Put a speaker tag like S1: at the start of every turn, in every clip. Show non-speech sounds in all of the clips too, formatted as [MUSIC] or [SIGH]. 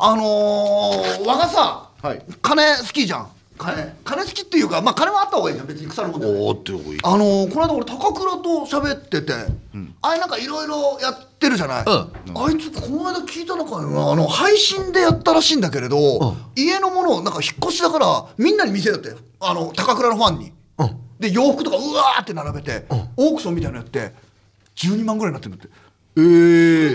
S1: あのー、和がさ、
S2: はい
S1: 金好きじゃん金金好きっていうかまあ金はあった方がいいじゃん別に腐ることじゃない
S2: おおっておい
S1: あのーこの間俺高倉と喋ってて、あれなんかいろいろやってるじゃない、あいつこの間聞いた中にはあの配信でやったらしいんだけれど、家のものをなんか引っ越しだからみんなに見せるってあの高倉のファンに、で洋服とかうわーって並べて、オークションみたいなのやって12万ぐらいになってるんだって
S2: え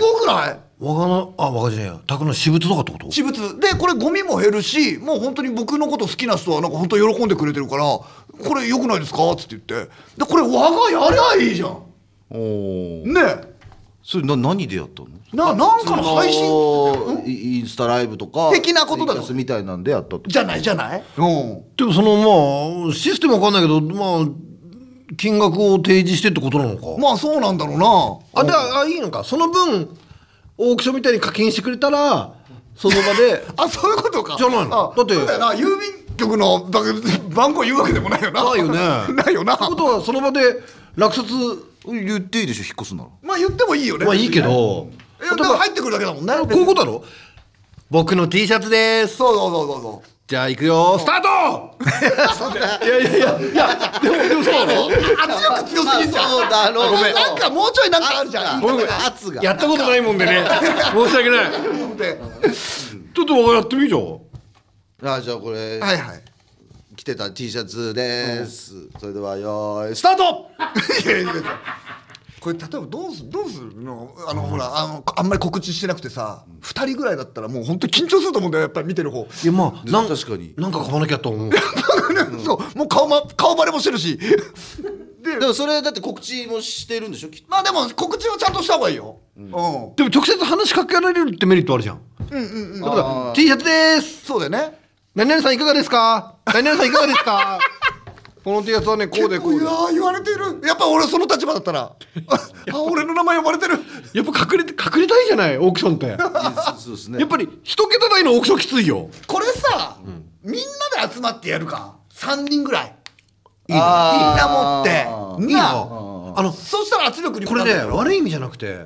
S1: す
S2: ー、
S1: ごくない
S3: わがなあわがじゃねえや宅の私物とかってこと
S1: 私物でこれゴミも減るしもう本当に僕のこと好きな人はなんか本当喜んでくれてるからこれ良くないですかっつって言ってでこれ我がやりゃいいじゃん
S2: おー
S1: ねえ
S2: それな何でやったの
S1: ななんかの配信
S2: そのインスタライブとか
S1: 的なことだろ
S2: ツイキャスみたいなんでやったと
S1: じゃないじゃないうん
S3: でもそのまあシステムわかんないけどまあ金額を提示してってことなのか、
S1: まあそうなんだろう
S3: あ
S1: な
S3: でああいいのかその分オークションみたいに課金してくれたらその
S1: [LAUGHS]
S3: 場で
S1: あそういうことか
S3: じゃないの
S1: あ
S3: だって
S1: そうよな郵便局のだ番号言うわけでもないよな
S3: ないよね
S1: [LAUGHS] ないよな
S3: ってことはその場で
S1: [LAUGHS]
S3: 落札
S2: 言っていいでしょ引っ越すなら
S1: まあ言ってもいいよね
S3: まあいいけど
S1: えだから入ってくるだけだもんね
S3: こういうことだろ僕の T シャツです
S1: そうそうそうそうそう
S3: じゃあ行くよスタ
S1: [LAUGHS]
S3: ートいやいやいやいやでもでもそうだろ
S1: 圧力強すぎんじゃん
S2: そうだろう
S1: ごめんなんかもうちょいなんかあるじゃん
S2: ごめんごめん
S1: なんか
S2: 圧が
S3: やったことないもんでね申し訳ない
S1: で
S3: ちょっと我がやってみるじゃん
S2: あじゃあこれ、
S1: はいはい
S2: 着てた T シャツです、それではよーいスタート
S1: いやいやいやこれ例えばどうすどうするのあの、ほらあのあんまり告知してなくてさ2人ぐらいだったらもう本当緊張すると思うんだよやっぱり見てる方、
S3: いやまあなん
S2: 確かに
S3: なんか買わなきゃと [LAUGHS] 思う
S1: [LAUGHS] そうもう顔,、ま、顔バレもしてるしで
S2: でもそれだって告知もしてるんでしょきっと
S1: まあでも告知はちゃんとした方がいいようん、
S3: でも直接話しかけられるってメリットあるじゃんうんうんうんだから T シャツです
S1: そうだよね
S3: 何々さんいかがですか何々さんいかがですかこの T シャツはねこうでこう
S1: い
S3: で
S1: やー言われてるやっぱ俺その立場だった [LAUGHS] らあ俺の名前呼ばれてる
S3: やっぱ隠れて隠れたいじゃないオークションってや
S2: そうそうですね
S3: っぱり一桁台のオークションきついよ
S1: これさ、みんなで集まってやるか3人ぐらい
S3: いいの
S1: みん
S2: あー
S1: な持って
S3: いい
S1: な
S3: のあの
S1: そうしたら圧力に
S3: これね
S1: ね
S3: 悪い意味じゃなくて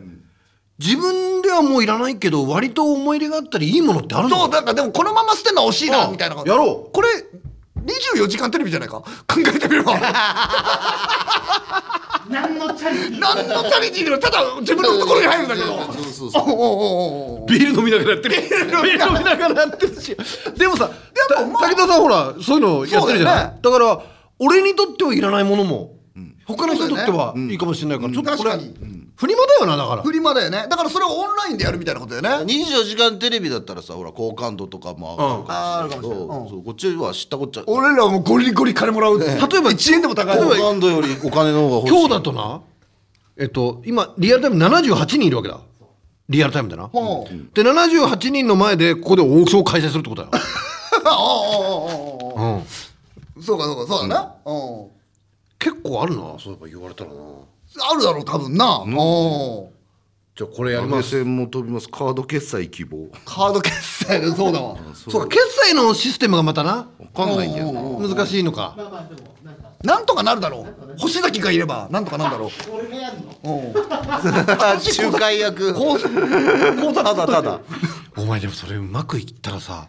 S3: 自分ではもういらないけど割と思い入れがあったりいいものってあるんだ
S1: そうなんかでもこのまま捨てるのは惜しいな
S3: うん
S1: みたいなこと
S3: やろう
S1: これ24時間テレビじゃないか考えてみれば
S4: [LAUGHS] 何のチャリティー
S1: 何のチャリティーでもただ自分の懐に入るんだけど
S2: そうそう
S1: お
S2: そう
S1: うおうおうおう
S3: ビール飲みながらやってるビール飲みながらやってるしでもさ
S1: でもまあ
S3: た武田さんほらそういうのやってるじゃない
S1: そうだよね
S3: だ,、から俺にとってはいらないものも、他の人にとってはいいかもしれないから、ちょっとこれ、
S1: 確かに
S3: フリマだよなだから
S1: フリマだよねだからそれをオンラインでやるみたいなことだよね
S2: 24時間テレビだったらさほら好感度とかも上がるかもしれないけ
S1: うんあーあるかもしれないう
S2: ど、
S1: ん
S2: そうこっちは知ったこっちゃ
S1: 俺らもゴリゴリ金もらう例えば1円でも高い
S2: 好感度よりお金の方が欲しい
S3: 今日だとなえっと今リアルタイム78人いるわけだリアルタイムだな、
S1: ほう
S3: で78人の前でここでオークションを開催するってことだよ、
S1: [LAUGHS] おう
S3: [LAUGHS]
S1: おうおうおうおう
S3: うん、
S1: そうかそうかそうだな、うん
S3: 結構あるなそういえば言われたらな
S1: あるだろう多分な、うん、
S3: じゃあこれやり
S2: 目
S3: ます
S2: 線も飛びますカード決済希望
S1: カード決済でそうだわ
S3: そうか決済のシステムがまたな
S2: わかんないんだよ
S1: う
S2: な
S3: 難しいのか
S4: まあまあでもなんか
S1: なんとかなるだろう星崎がいればなんとかなんだろう
S4: 俺がやるの
S1: うん
S2: 仲介役ただただ
S3: お前でもそれうまくいったらさ、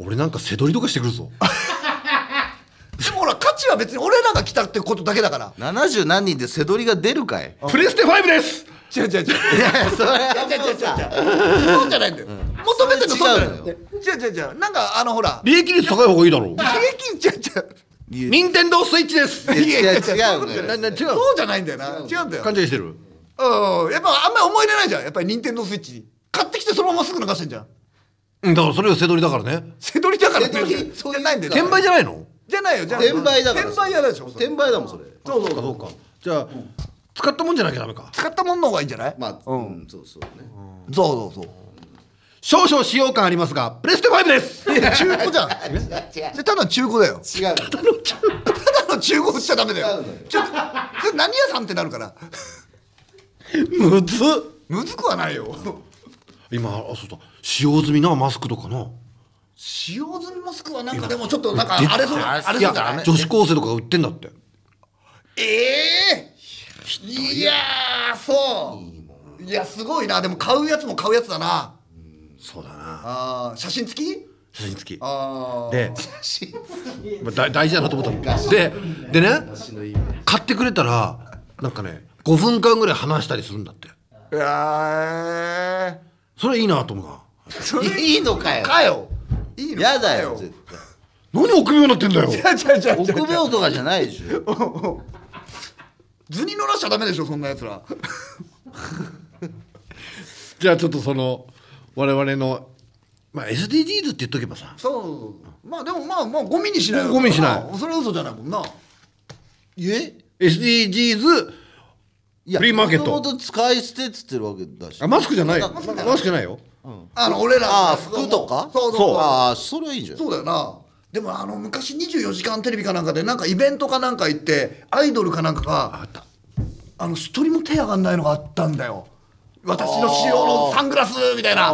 S3: 俺なんか背取りとかしてくるぞ [LAUGHS]
S1: でもほら価値は別に俺らが来たってことだけだから
S2: 70何人で背取りが出るかい
S3: プレステ5です
S1: 違う違う違う違う違う違う違うそうじゃないんだよ求めてるのそうじゃないんだよ違う違う違うなんかあのほら
S3: 利益率高い方がいいだろう
S1: 平均違う
S3: 任天堂スイッチです
S1: 違ういやいや
S2: 違
S1: 違
S2: う
S1: うそう
S2: 違う
S1: じゃな
S3: ないな違う
S1: そうじゃないんだよな違うんだよ
S3: 勘違いしてる
S1: うんやっぱあんまり思い入れないじゃんやっぱり任天堂スイッチに買ってきてそのまますぐ流してんじゃん
S3: うんだからそれが背取りだからね
S1: 背取りだから
S2: 背取り
S1: そうじゃないんだよ
S3: 転売じゃないの
S1: じゃないよじゃない
S2: 転売だから
S1: 転売やだでしょそれ
S2: 転売だもんそれ
S1: そうそう
S3: そうかじゃあ、使ったもんじゃなきゃダメか
S1: 使ったもんの方がいいんじゃない
S2: まあうんそうそうね
S1: そうそうそう
S3: 少々使用感ありますがプレステ5です
S1: いや中古じゃん。それただの中古だよ。
S2: 違
S1: た
S2: う
S1: だの中古売っちゃダメだ
S2: 違う
S1: よ
S2: のよ。
S1: ちょっと、それ何屋さんってなるから。
S3: むずっ
S1: むずくはないよ。
S3: 今あそうだ使用済みなマスクとかな
S1: 使用済みマスクはなんかでもちょっとなんかあれそうあれそう
S3: い
S1: じゃダ
S3: や
S1: メ。
S3: 女子高生とかが売ってんだって
S1: ええいやーそう。いやすごいなでも買うやつも買うやつだな。
S3: そうだな
S1: あー写真付き
S3: 写真付き
S1: あー
S3: で
S1: 写真付き
S3: まあ、だ大事だなと思ったのででね買ってくれたらなんかね5分間ぐらい話したりするんだって
S1: うわ
S3: それいいなと思うない
S2: いのかよ
S1: ーかよいいの
S2: やだよ絶対
S3: 何臆病になってんだよ
S1: [LAUGHS] 対ちゃちゃちゃ
S2: 臆病とかじゃないでしょ
S1: 図に乗らしちゃダメでしょそんなやつら
S3: [LAUGHS] じゃあちょっとその我々の、まあ、SDGs って言っとけばさ
S1: そうまあでもまあまあゴミにしない
S3: ゴミにしない
S1: あそれは嘘じゃないもんな
S2: え
S3: SDGs
S2: い
S3: フリーマーケット
S2: もともと使い捨てっつってるわけだし
S3: あマスクじゃないよ
S2: マ
S3: マスクじゃないよ
S1: あの俺ら
S2: ああ服とか
S1: そうそうそう
S2: ああそれはいいじゃん
S1: そうだよなでもあの昔『24時間テレビ』かなんかでなんかイベントかなんか行ってアイドルかなんかがあの一人も手上がんないのがあったんだよ私の仕様のサングラスみたいな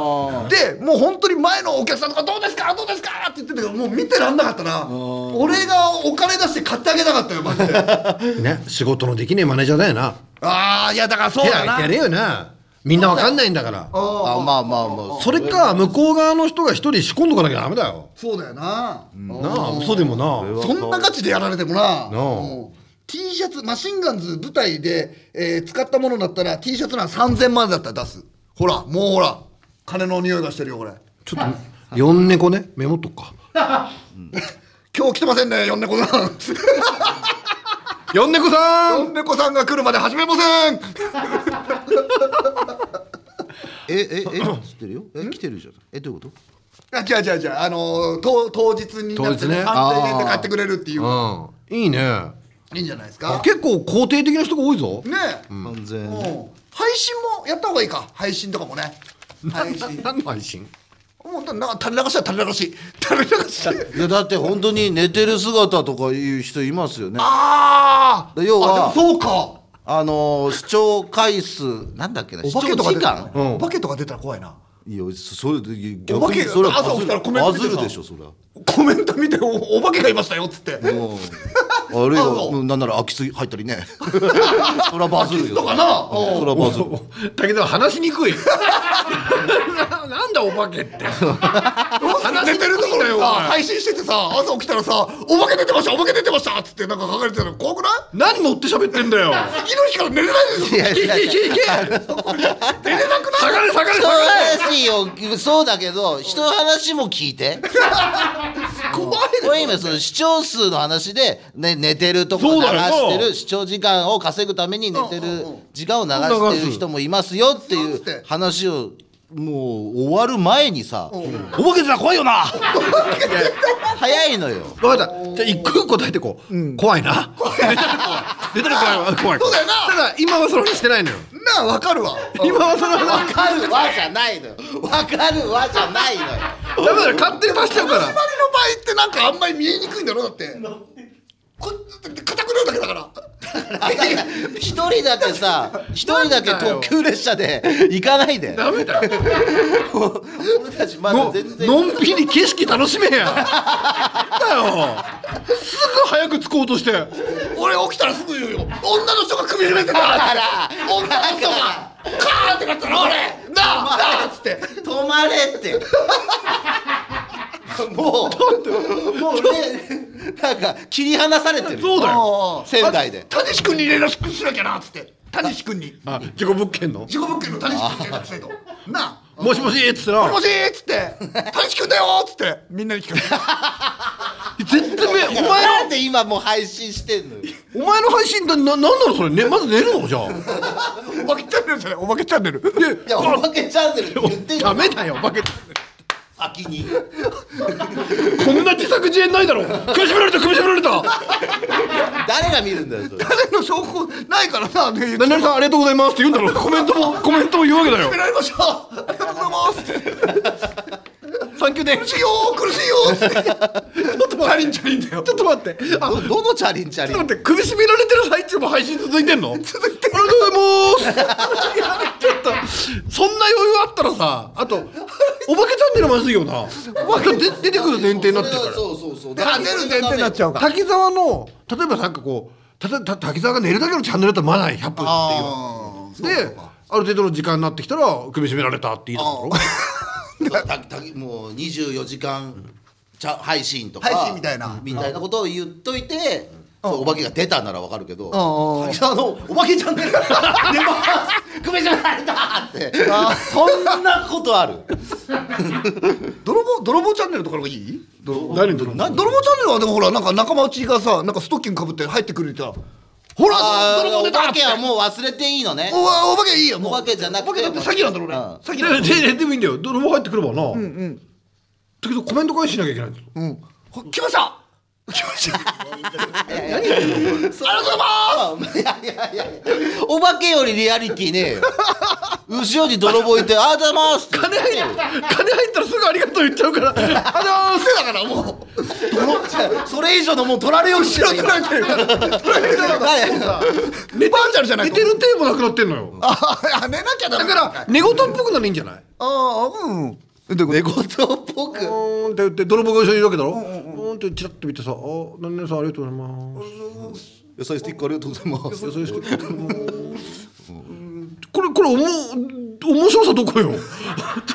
S1: でもう本当に前のお客さんとか「どうですかどうですか?」って言ってたけどもう見てらんなかったな俺がお金出して買ってあげたかったよマジで
S3: [LAUGHS] ね仕事のできねえマネージャーだよな
S1: ああいやだからそう
S3: 手
S1: だな
S3: 挙げてやれよなみんなわかんないんだから
S2: あまあまあまあ
S3: それか向こう側の人が一人仕込んどかなきゃダメだよ
S1: そうだよな、
S3: なあ嘘でもな
S1: そんな価値でやられてもな、
S3: なあ
S1: うん T シャツマシンガンズ舞台で、えー使ったものだったら T シャツなら3000万円だったら出すほらもうほら金の匂いがしてるよこれ
S3: ちょっと四猫ねメモっとくか
S1: 今日来てませんね四猫さ
S3: [LAUGHS]
S1: ん
S3: 四猫さん
S1: 四猫さんが来るまで始めません
S2: えええ知ってるよえ来てるじゃんえどういうこと
S1: あ違う違う違うあのーと当日になって
S3: 当日ね
S1: 3000円で買ってくれるっていう
S3: うんいいね
S1: いいんじゃないですか
S3: 結構肯定的な人が多いぞ
S1: ねえ、
S2: 完全
S1: うん配信もやった方がいいか配信とかもね配信
S3: 何の配信
S1: もうだなんか垂れ流しは垂れ流し垂れ流し
S2: いやだって本当に寝てる姿とかいう人いますよね
S1: ああ
S2: 要は
S1: あでもそうか
S2: あのー視聴回数なんだっけな視聴時
S1: 出たら
S2: 間
S3: うん
S1: お化けとか出たら怖いない
S2: やそれ逆に
S1: お化けが
S2: それは
S1: 朝起きたらコメント見
S2: バズ
S1: て
S2: る
S1: さ
S2: でしょそれは
S1: コメント見ておお化けがいましたよっつって
S2: もうあるい
S1: あそう
S2: はなんなら空き巣入ったりね [LAUGHS] それはバズるよ
S1: とかな
S2: うんそれはバズる
S3: だけど話しにくい [LAUGHS] ななんだお化けって
S1: 寝てるところにさ配信しててさ朝起きたらさ「お化け出てましたお化け出てました」っつってなんか書かれてたら怖くない
S3: 何持って喋ってんだよ
S1: 次の日から寝れ [LAUGHS] ないでしょ
S2: いやいやいや
S3: いけ
S1: 寝れなく
S3: 下がれ
S2: 人
S3: 下がれ下がれ
S2: の話をそうだけど人の話も聞いて
S1: な [LAUGHS] 怖いでし
S2: こ
S1: ょ
S2: れ今その視聴数の話で、ね、寝てるとこ
S3: そう
S2: 流
S3: だ
S2: し
S3: よ
S2: て
S3: そう
S2: る視聴時間を稼ぐために寝てる時間を流
S3: 流
S2: して
S3: す
S2: る人もいますよってい
S1: そうだっ
S2: う
S1: て
S2: 話をもう終わる前にさ
S3: お化けじゃ怖いよな
S2: 早いのよ
S3: 分かったじゃあ一個一個答えてこう、怖いな [LAUGHS] 出たら怖いわ怖い
S1: そうだよな
S3: ただ今はその話してないのよ
S1: なあわかるわ
S3: 今はその
S2: わ
S3: 話
S2: かるわじゃないのよわかるわじゃない [LAUGHS] のよ
S3: だから勝手に足しちゃうから
S1: 始まりの場合ってなんかあんまり見えにくいんだろだってこだって硬くなるだけだから
S2: 一人だけさ一人だけ特急列車で行かないで
S3: ダメだよ
S2: 俺たちまだ
S3: の
S2: 全然
S3: のんびり景色楽しめやだよすぐ早く着こうとして
S1: 俺起きたらすぐ言うよ女の人が首絞めてた
S2: だから
S1: 女の人がカーンってなったら俺なあなあっつって
S2: 止まれってもうもうねなんか切り離されてる
S3: そうだよ
S2: よ仙台で
S1: 谷志君に連絡しなきゃなっつって谷志君に
S3: あ事故物件の
S1: 事故物件の谷志君に連絡してとなあ
S3: もしもしっつったら
S1: もしっつって「谷志君だよ」っつってみんなに聞く
S3: 絶対め
S2: お
S3: お前
S2: 前なんで今もう配信してんのよ
S3: お前の配信だななんなのそれねまず寝るのじゃあ
S1: お化けチャンネルじゃないお化けチャンネル
S2: いやお化けチャンネルって言ってん
S3: ダ
S2: の
S3: メだよバケ
S2: 先に
S3: こんな自作自演ないだろ苦しめられた苦しめられた
S2: 誰が見るんだよそれ
S1: 誰の証拠ないからなね
S3: 何々さんありがとうございますって言うんだろコメントもコメントも言うわけだよ
S1: められましたありがとうございますって
S3: サンキューで
S1: 苦しいよ苦しいよっつってちょっとチャリンチャリンだよ
S3: ちょっと待ってあ
S2: どどのチャリンチャ
S3: ち
S2: リ
S3: ょっ
S2: ン
S3: と待って首絞められてる最中も配信続いてんの
S1: 続いて
S3: [LAUGHS] ありがとうございますいやちょっとそんな余裕あったらさあとお化けチャンネルまずいよなお化けで出てくる前提になってるか
S2: そうそうそうだ
S1: あ出る前提になっちゃう
S3: ら
S1: から
S3: 滝沢の例えばなんかこうたた滝沢が寝るだけのチャンネルだったらまだ100分っていうである程度の時間になってきたら首絞められたって言い出すだろ
S2: そうたたもう24時間ちゃ配信とか
S1: 配信みたいな
S2: みたいなことを言っといて、そうお化けが出たならわかるけど、
S1: うんうん
S2: 滝沢の「お化けチャンネル」出ます久米ちゃん入った!」ってそんなことある
S1: 泥棒泥棒チャンネルとかの方がいい
S3: 何と
S1: な泥棒チャンネルはでもほらなんか仲間内がさなんかストッキングかぶって入ってくるって言ったらほら
S2: あ
S1: 泥
S2: ー
S1: 棒出
S2: お
S1: た
S2: 化けはもう忘れていいのね
S1: おわお化けいいよもう
S2: お化けじゃなくて
S1: お化けだって詐欺なんだろうね
S2: うん
S1: 詐欺なんだ
S3: でででもいいんだよ泥棒入ってくればな、だけどコメント返ししなきゃいけないんですよ
S1: うんほ来ました来ました
S2: ありがとうございますいやいやいやお化けよりリアリティねえよ後ろに泥棒いて「ありがとうございます」って
S3: 金入る金入ったらすぐありがとう言っちゃうからあのー、せだからもう
S2: それ以上のもう取られようし
S1: 取られてる取られてる
S3: 寝て
S1: バーチャルじゃない
S3: 寝てる手もなくなってんのよ
S1: ああ寝なきゃダ
S3: だ
S1: メ
S3: から寝言っぽくならいいんじゃない
S1: ああうんえどういうこと
S2: っぽ
S3: う
S2: く
S3: ーんって言って泥棒が一緒にいるわけだろうーんってチラッと見てさ「あ何々さんありがとうございます」
S2: 野菜スティックありがとうございます
S3: そういう人これこれおも面白さどこよっ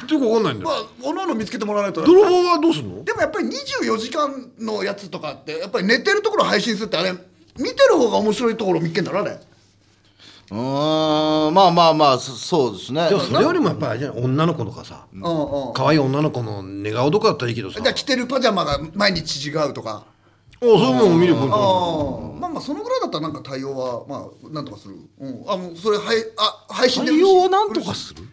S3: てよくわかんないんだ
S1: ま
S3: よ
S1: あおのおの見つけてもらわないと
S3: 泥棒はどうすんの
S1: でもやっぱり24時間のやつとかってやっぱり寝てるところ配信するってあれ見てる方が面白いところ見っけんだろあれ
S2: うーんまあまあまあそそうですね
S3: でもそれよりもやっぱりあれじゃない女の子とかさ
S1: うんうん
S3: 可愛い女の子の寝顔とかだったらいいけどさ
S1: じゃあ着てるパジャマが毎日違うとか
S3: おそういうもん見るポイン
S1: あ
S3: ト
S1: あまあまあそのぐらいだったらなんか対応はまあなんとかする、うん、あもうそれはいあ配信で売るし
S3: 対応をなんとかする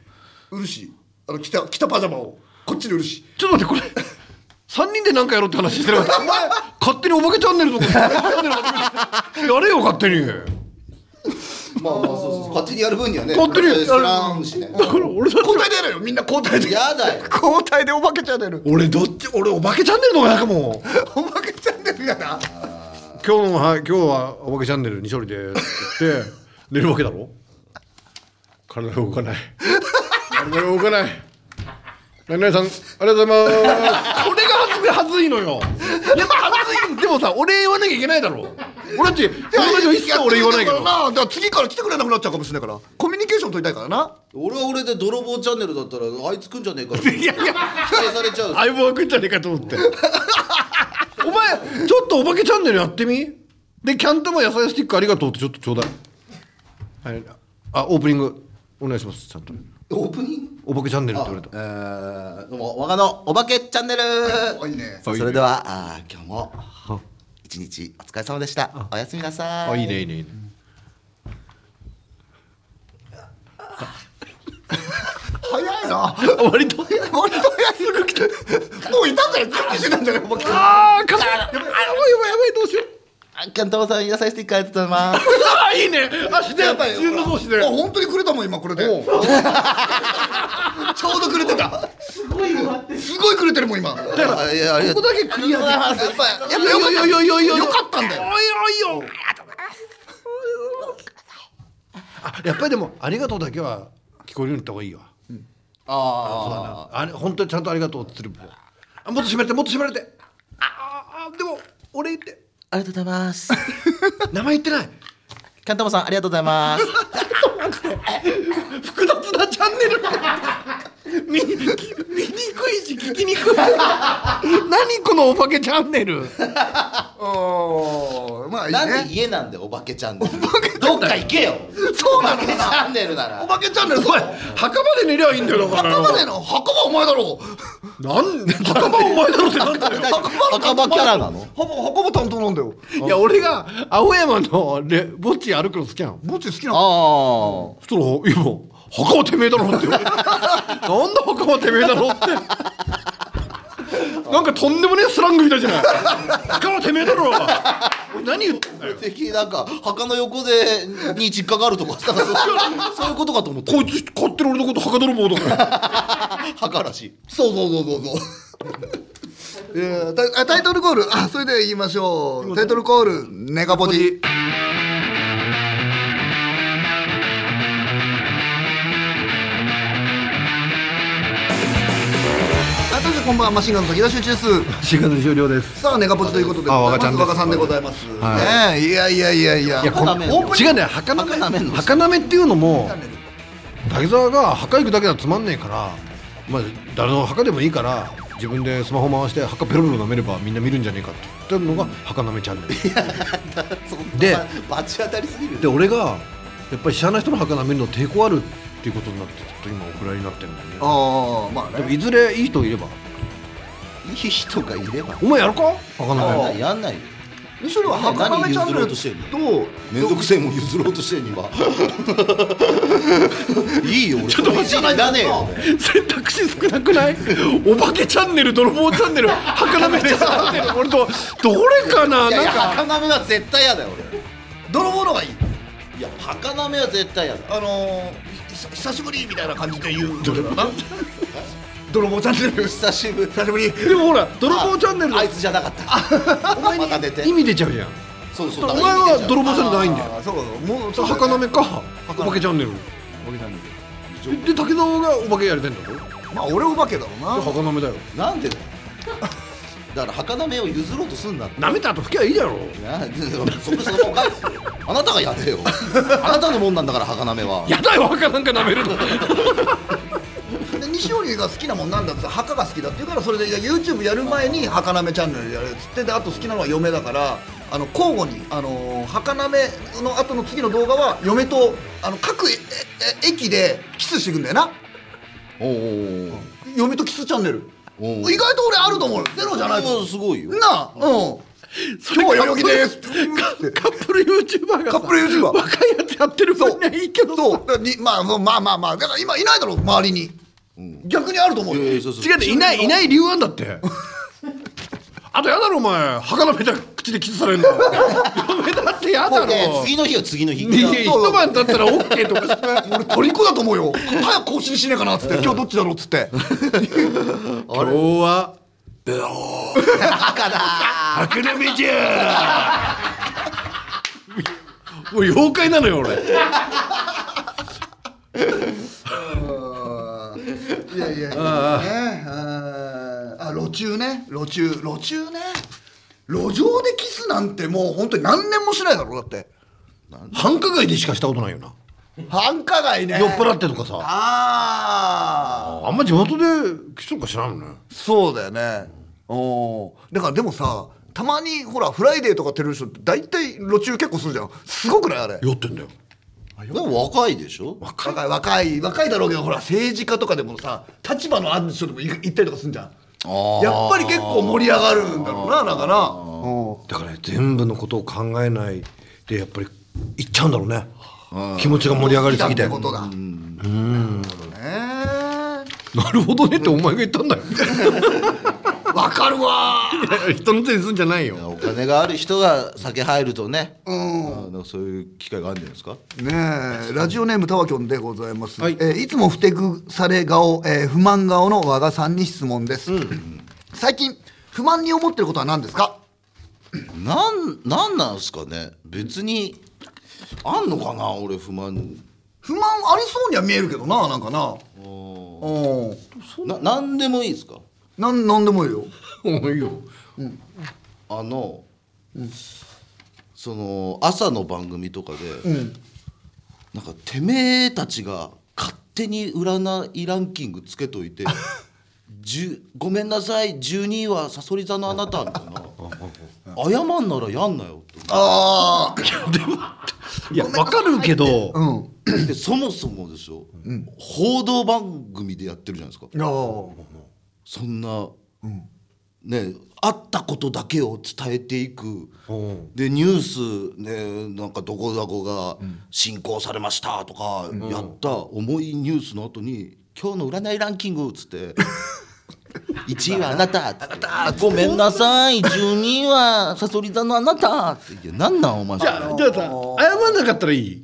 S1: 売るしあの着た着たパジャマをこっちで売るし
S3: ちょっと待ってこれ [LAUGHS] 三人で何かやろうって話してなかったお前勝手にお化けチャンネ [LAUGHS] ルとかお化けチャンネル始めてやれよ勝手に
S2: まあまあそうそう勝手にやる分にはね
S3: 勝手にやる
S2: 知らんしね
S3: だから俺だって
S1: 交代でやれよみんな交代で
S2: やだよ
S1: [LAUGHS] 交代でお化けチャンネル
S3: 俺どっち俺お化けチャンネルの方がなんかもう
S1: お化けチャンネルやな
S3: 今日のはい今日はお化けチャンネルに処理でって言 [LAUGHS] って寝るわけだろ体が動かない体が動かない何々さんありがとうございますこれが恥ずい恥ずいのよやっぱ恥ずいでもさ俺言わなきゃいけないだろ俺だって俺だけ一切俺言わないけど
S1: だから次から来てくれなくなっちゃうかもしれないからコミュニケーション取りたいからな
S2: 俺は俺で泥棒チャンネルだったらあいつ来んじゃねえかって
S3: いやいや
S2: 期待され
S3: [LAUGHS]
S2: ちゃう
S3: 相棒が来んじゃねえかと思ってお前ちょっとお化けチャンネルやってみでキャン玉野菜スティックありがとうってちょっとちょうだいはいあオープニングお願いしますちゃんと
S2: オープニング
S3: お化けチャンネルって言われた
S2: えーどうも我がのお化けチャンネル
S1: あいいね
S2: それではあー今日も一日お疲れ様でしたおやすみなさい
S3: あいいねいいねいいね
S1: 早いな
S3: [LAUGHS] 割と
S1: 割と早すぎ
S3: [LAUGHS]
S1: てもういたんじゃない準備してたんじゃないお化け
S3: ああかわいいやばいやばいどうしよう
S2: あキャンタマさん野菜スティックありがとうございます
S3: あーいいねあして
S1: やっぱり
S3: 自分のそうして
S1: あ本当にくれたもん今これでちょうどくれてた
S4: すごい終わってる
S1: すごいくれてるもん今やっぱやっ
S2: あいやありがと
S3: こ
S2: う
S3: こだけクリアで
S1: ぱよかったよよかったんだよ
S3: おいおいよあやっぱりでもありがとうだけは聞こえるように言った方がいいわ
S2: あ
S3: あれ本当にちゃんとありがとうって言ってるあもっと締めてもっと締めてああでも俺言って
S2: ーありがとうございます
S3: 名前言ってない
S2: キャンタマさんありがとうございます
S3: 複雑なチャンネル見に見にくいし聞きにくい何このお化けチャンネル
S1: おーまあいい
S2: なんで
S1: ね
S2: 家なんでお化けチャンネルどっか行けよ
S1: そうなの
S2: お化けチャンネルなら
S1: お化けチャンネルそれ
S3: 墓場で寝りゃいいんだよだから
S1: 墓場での墓場お前だろ
S3: なんで墓場お前だろってなんだよ
S2: 赤場キャラなの
S1: 墓場墓場担当なんだよ
S3: いや俺が青山のレ墓地歩くの好きなの
S1: ぼっち好きなの
S2: あ
S3: そしたら「今墓はてめえだろ」
S1: [LAUGHS]
S3: って言われてなんだ墓はてめえだろ」ってなんかとんでもねえスラングみたいじゃない墓はてめえ
S1: [LAUGHS]
S3: だろ俺何言ってんだよ
S2: あ的なんか墓の横でに実家があるとかなんかそうそういうことかと思った
S3: こいつ買ってる俺のこと墓泥棒とか
S2: 墓らしい
S1: そうそうそうそうそういやタイあタイトルコールあそれで言いましょうタイトルコールネガポジあたこんばんはマシンガンの時田修一です
S3: 4月終了です
S1: さあネガポジということで
S3: あ若ちゃんです
S1: 若さんでございます、
S3: は
S1: ねえいやいやいやいや
S3: いやこの
S2: ダメよ
S3: オープニング違うね墓なめ
S2: 墓なめんの
S3: 墓なめっていうのも滝沢が墓行くだけじゃつまんねえからまあ、誰の墓でもいいから自分でスマホ回して墓ペロペロ舐めればみんな見るんじゃねえかって言ってるのが墓舐めチャンネル
S2: そんな
S3: で
S2: 罰当たりすぎる
S3: [LAUGHS] で俺がやっぱり知らない人の墓舐めるの抵抗あるっていうことになってちょっと今お蔵になってるんだよね
S1: ああまあ
S3: でも
S1: ね
S3: いずれいい人いれば
S2: いい人がいれば
S3: お前やるか
S2: や
S3: 墓
S2: ん
S3: 舐
S2: な
S3: め
S2: いやんないよ
S1: 西野は墓場チャンネル
S2: 何譲ろうとしてんの
S1: と
S2: 面倒くせえもん譲ろうとしてんの [LAUGHS] 今いいよ俺ちょっと待っていらねえよ
S3: [LAUGHS] 選択肢少なくないお化けチャンネル泥棒チャンネル墓舐めチャンネル俺とどれかな
S2: 俺いやいや
S3: なんか
S2: 墓なめは絶対嫌だよ俺
S1: 泥棒のがいい
S2: いや墓なめは絶対嫌だ
S1: あのー、ひ久しぶりみたいな感じで言う泥棒チャンネル久
S2: 久しぶり
S1: しぶり
S3: でもほら泥棒チャンネル
S2: あ
S3: の
S2: あいつじゃなかったお前にまた出て
S3: 意味出ちゃうじゃん
S2: そうそう
S3: お前は泥
S2: 棒
S3: 棒じゃないんだよ
S1: あーそうかそうもう
S3: そう
S1: そう
S3: 墓なめかお化けチャンネルで武田がお化けやりたいんだろ
S1: まあ俺お化けだろうな
S3: 墓なめだよ
S2: なんでだよだから墓なめを譲ろうとすんなって
S3: なめた後吹きゃいいだろ
S2: なそこそこおかしいよあなたがやれよあなたのもんなんだから墓なめは
S3: やだよ墓なんかなめるの
S1: で西織が好きなもんなんだっつって墓が好きだって言うからそれでいや YouTube やる前に墓なめチャンネルやるっつってであと好きなのは嫁だからあの交互にあのー墓なめの後の次の動画は嫁とあの各ええ駅でキスしていくんだよな
S2: おー
S1: 嫁とキスチャンネル
S2: おー
S1: 意外と俺あると思うゼロじゃないと
S2: お
S1: 思
S2: ーすごいよ
S1: うなあうん今日は代々木ですって
S3: カップル YouTuber が
S1: カップル YouTuber
S3: 若いやつやってる分にはいいけど
S1: そうだからにまあそうまあまあまあだから今いないだろ周りに、逆にあると思うよ
S2: いやいやそうそう
S3: 違うねいないいない理由あんだってあとやだろお前墓なめた口でキスされるのやめだってやだろ
S2: えー次の日は次の日
S3: いやいや一晩経ったら OK とか
S1: 俺虜だと思うよ早く更新しねえかなっつって今日どっちだろうっつって
S3: 今日は
S2: 墓だ
S3: 白のみじゃーもう妖怪なのよ俺
S1: いやいやいや、ね、あーあ路中ね路中路中ね路上でキスなんてもう本当に何年もしないだろだって
S3: 繁華街でしかしたことないよな
S1: 繁華街ね
S3: 酔っ払ってとかさ
S1: ああ
S3: あんま地元でキスとかしないもんね
S1: そうだよねおーだからでもさたまにほらフライデーとかテレビショーって大体路中結構するじゃんすごくないあれ
S3: 酔ってんだよ
S2: でも若いでしょ
S1: 若い若い若いだろうけどほら政治家とかでもさ立場のある人でも行行ったりとかするじゃん
S2: あー
S1: やっぱり結構盛り上がるんだろうななんかなうん
S3: だからね全部のことを考えないでやっぱり行っちゃうんだろうね気持ちが盛り上がりすぎて
S1: 来たってことだうんなるほどね
S3: なるほどねってお前が言ったんだよ
S1: わかるわー
S3: 人のせいにすんじゃないよ
S2: お金がある人が酒入るとね、
S1: う
S2: あ
S1: ん
S2: ーなんかそういう機会があるんじゃないですか
S1: ねえラジオネームたわきょんでございます、
S3: はい
S1: いえーいつもふてくされ顔、えー不満顔の和賀さんに質問です、最近不満に思ってることは何ですか
S2: なんなんなんですかね別にあんのかな俺不満
S1: 不満ありそうには見えるけどななんかなうん
S2: な何でもいいですか
S1: なんなんでもいいよ
S3: もういいよ
S2: あの、その朝の番組とかで、なんかてめえたちが勝手に占いランキングつけとい
S1: [LAUGHS]
S2: て10ごめんなさい12位はさそり座のあなたみたいな謝んならやんなよって
S1: ああ
S3: いやわかるけど
S1: うん
S2: でそもそもですよ、報道番組でやってるじゃないですか
S1: いやー
S2: そんな、ねあったことだけを伝えていく
S3: うん
S2: でニュースねなんかどこどこが進行されましたとかやった重いニュースの後に「今日の占いランキング」っつ
S3: [LAUGHS]
S2: って「1位はあなた」って「ごめんなさい12位はさそり座のあなた」って「いやなんなんお前
S3: じゃあじゃあさ謝んなかったらいい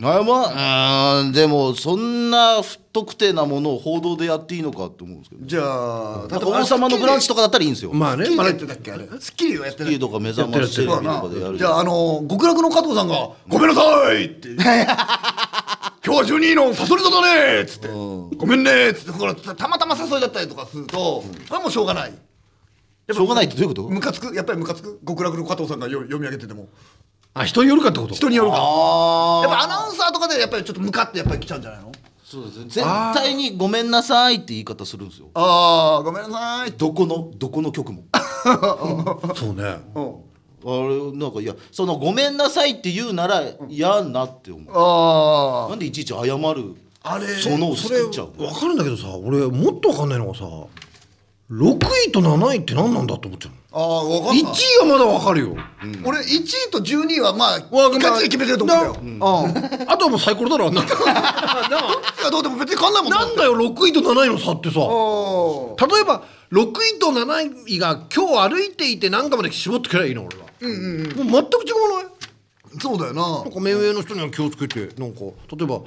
S2: あまあうーんでもそんな不特定なものを報道でやっていいのかって思うんですけど
S1: じゃあ
S2: なんか王様のブランチとかだったらいいんですよ。
S3: まあ
S1: ス
S3: ね
S1: ッキリ
S3: ま
S1: や
S3: あ
S1: ってたっけあれスッキリをやって
S2: テ
S1: た
S2: レビとか目覚ましテレビとかでやる
S1: じゃあ、あの極楽の加藤さんが「ごめんなさい!」って「今日は12位のサソリ座だね!」っつって「ごめんね!」っつってほらたまたま誘いだったりとかすると、これはもうしょうがない
S2: しょうがないってどういうこと
S1: ムカつくやっぱりムカつく極楽の加藤さんがよ読み上げてても
S3: あ人によるかってこと
S1: 人によるか
S2: あ
S1: やっぱアナウンサーとかでやっぱりちょっとムカってやっぱり来ちゃうんじゃないの
S2: そうですね絶対に「ごめんなさい」って言い方するんですよ
S1: ああごめんなさい
S2: どこのどこの曲もあ
S3: そうね
S2: れなんかいやその「ごめんなさい」って言うなら嫌なって思う
S1: あ
S2: なんでいちいち謝る
S1: ああれ
S2: そのを作っちゃう
S3: 分かるんだけどさ俺もっと分かんないのがさ6位と7位って何なんだと思っちゃうの
S1: ああ分かん
S3: 1
S1: ない
S3: 位はまだ分かるよ
S1: 俺1位と12位はまあ
S3: わ
S1: 一括で決めてると思うよ
S3: な
S1: うんどっ
S3: あとはもうサイコロだろあんなの
S1: [LAUGHS] ちがどうでも別に変わんないもん
S3: なんだよ6位と7位の差ってさ
S1: おー
S3: 例えば6位と7位が今日歩いていて何かまで絞ってくればいいの俺は、もう全く違わない
S1: そうだよな
S3: なんか目上の人には気をつけてなんか例えば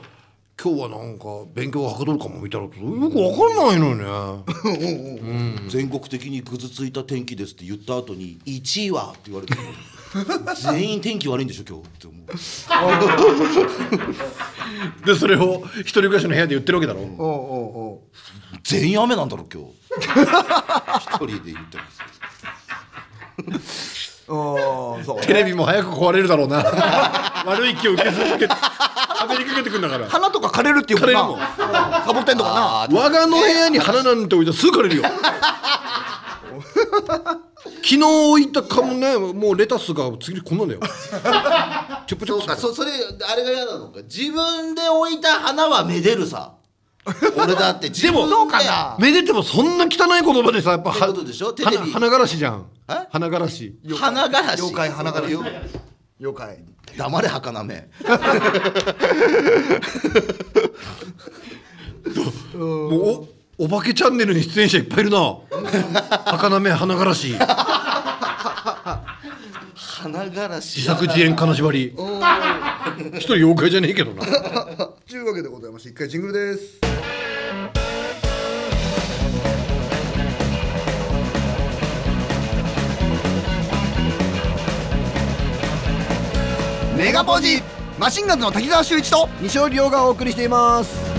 S3: 今日はなんか勉強がはかどるかもみたいなことよくわかんないのよね
S2: 全国的にぐずついた天気ですって言った後に「1位は」って言われ [LAUGHS] て全員天気悪いんでしょ今日って思う
S3: [LAUGHS] でそれを一人暮らしの部屋で言ってるわけだろ、
S1: おうおうおう
S2: 全員雨なんだろ今 [LAUGHS] 日一人で言ってます
S1: ああそう
S3: テレビも早く壊れるだろう [LAUGHS] な悪い気を受け続けて喋りかけてくんだから
S1: 花とか枯れるっていうか
S3: 枯れるもん
S1: なサボテンとか
S3: 我がの部屋に花なんて置いたらすぐ枯れるよ [LAUGHS] 昨日置いたかもねもうレタスが次にこん [LAUGHS] なんだよチュプチ
S2: そ
S3: ュ
S2: う
S3: プ
S2: かそそれあれが嫌なのか自分で置いた花はめでる [LAUGHS] さ俺だって自分で
S1: そうかな
S3: めでてもそんな汚い言葉でさやっぱ
S2: ってことでしょテレビ
S3: 花花がらしじゃん
S2: え
S3: 花がらし
S1: な
S2: 花がらし
S1: 妖怪花がらし
S2: 妖
S1: 妖怪
S2: 黙れ儚め
S3: もうおお化けチャンネルに出演者いっぱいいるな儚め花がらし
S2: 花がらし
S3: 自作自演金縛り一人妖怪じゃねえけどな
S1: というわけでございまして一回ジングルですメガポージマシンガンズの滝沢秀一と
S5: 西尾亮がお送りしています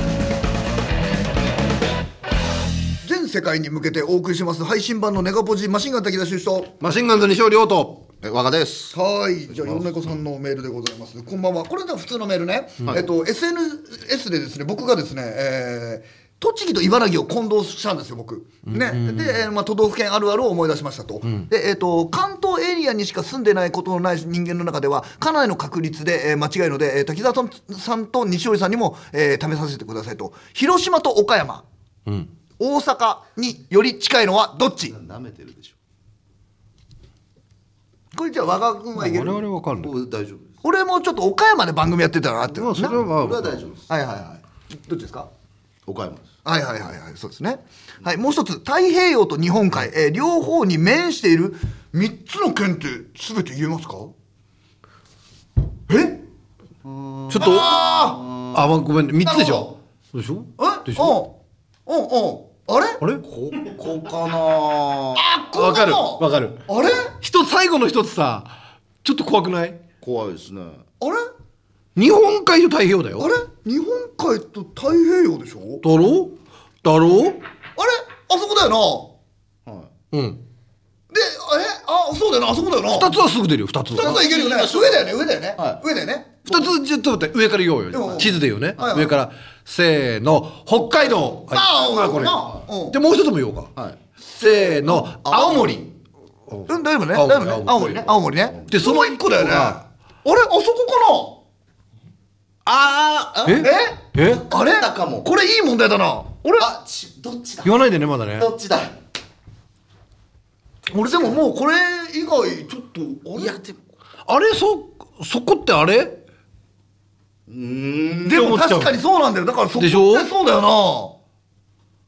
S1: 全世界に向けてお送りします配信版のネガポジマシンガン滝沢秀一と
S3: マシンガンズ西尾亮と
S2: 若です
S1: はいじゃあ米子さんのメールでございますこんばんはこれが普通のメールね、えっと SNS でですね僕がですね、えー栃木と茨城を混同したんですよ、僕。ね、で、えーまあ、都道府県あるあるを思い出しましたと、でえっと、関東エリアにしか住んでないことのない人間の中では、かなりの確率で、えー間違いので、えー滝沢さんさんと西織さんにも、えー試させてくださいと、広島と岡山、大阪により近いのはどっち
S2: なめてるでしょ
S1: これじゃあ、和賀君はいける
S3: わかる
S2: これ大丈夫です
S1: 俺もちょっと岡山で番組やってたなって、
S3: それはまあ
S2: これは大丈夫です
S1: はいはいはいどっちですか
S2: 岡山です
S1: はいはいはいはいそうですねはいもう一つ太平洋と日本海、えー両方に面している3つの県って全て言えますかえ
S3: ちょっとあまあごめんね三つでしょそうでしょ
S1: え
S3: でしょ
S1: うんうんうんあれ
S3: あれ
S2: ここかな
S1: あこ
S3: わかる
S1: こ
S3: わかる
S1: あれ
S3: 一つ最後の一つさちょっと怖くない
S2: 怖いですね
S1: あれ
S3: 日本海と太平洋だよ
S1: あれ日本海と太平洋でしょ
S3: だろだろ
S1: あれあそこだよ
S2: は
S3: うん
S1: なでえあそうだよなあそこだよな
S3: 二つはすぐ出るよ二つ
S1: 二つはいけるよね上だよね上だよね、
S2: はい
S1: 上だよね
S3: 二つちょっと待って上から言おう
S1: う
S3: よ
S1: ん
S3: 地図で言うね、
S1: はいはい
S3: 上からせーの北海道はい
S1: ああ
S3: ま
S1: うん
S3: これ、
S1: うん
S3: でもう一つも言おうか、
S2: いはい
S3: せーの青森
S1: うん、だいぶね、だい
S3: 青
S1: ぶ
S3: 森
S1: ね、青森ね、青森ね。
S3: でその
S1: 一個だよね。あ
S3: あ
S1: れ、あそこ
S2: あーあ
S1: か
S3: え
S1: な。え、
S3: え
S1: あれ
S2: あったかも、
S1: これいい問題だな。俺、
S2: あちどっちだ
S3: 言わないでねまだね
S2: どっちだ
S1: 俺でも、もうこれ以外、ちょっと、あれ
S2: いやでも
S3: あれそそこってあれ
S1: でも、
S3: って思っちゃう
S1: 確かにそうなんだよ。だから、そこって
S3: でしょ
S1: そうだよ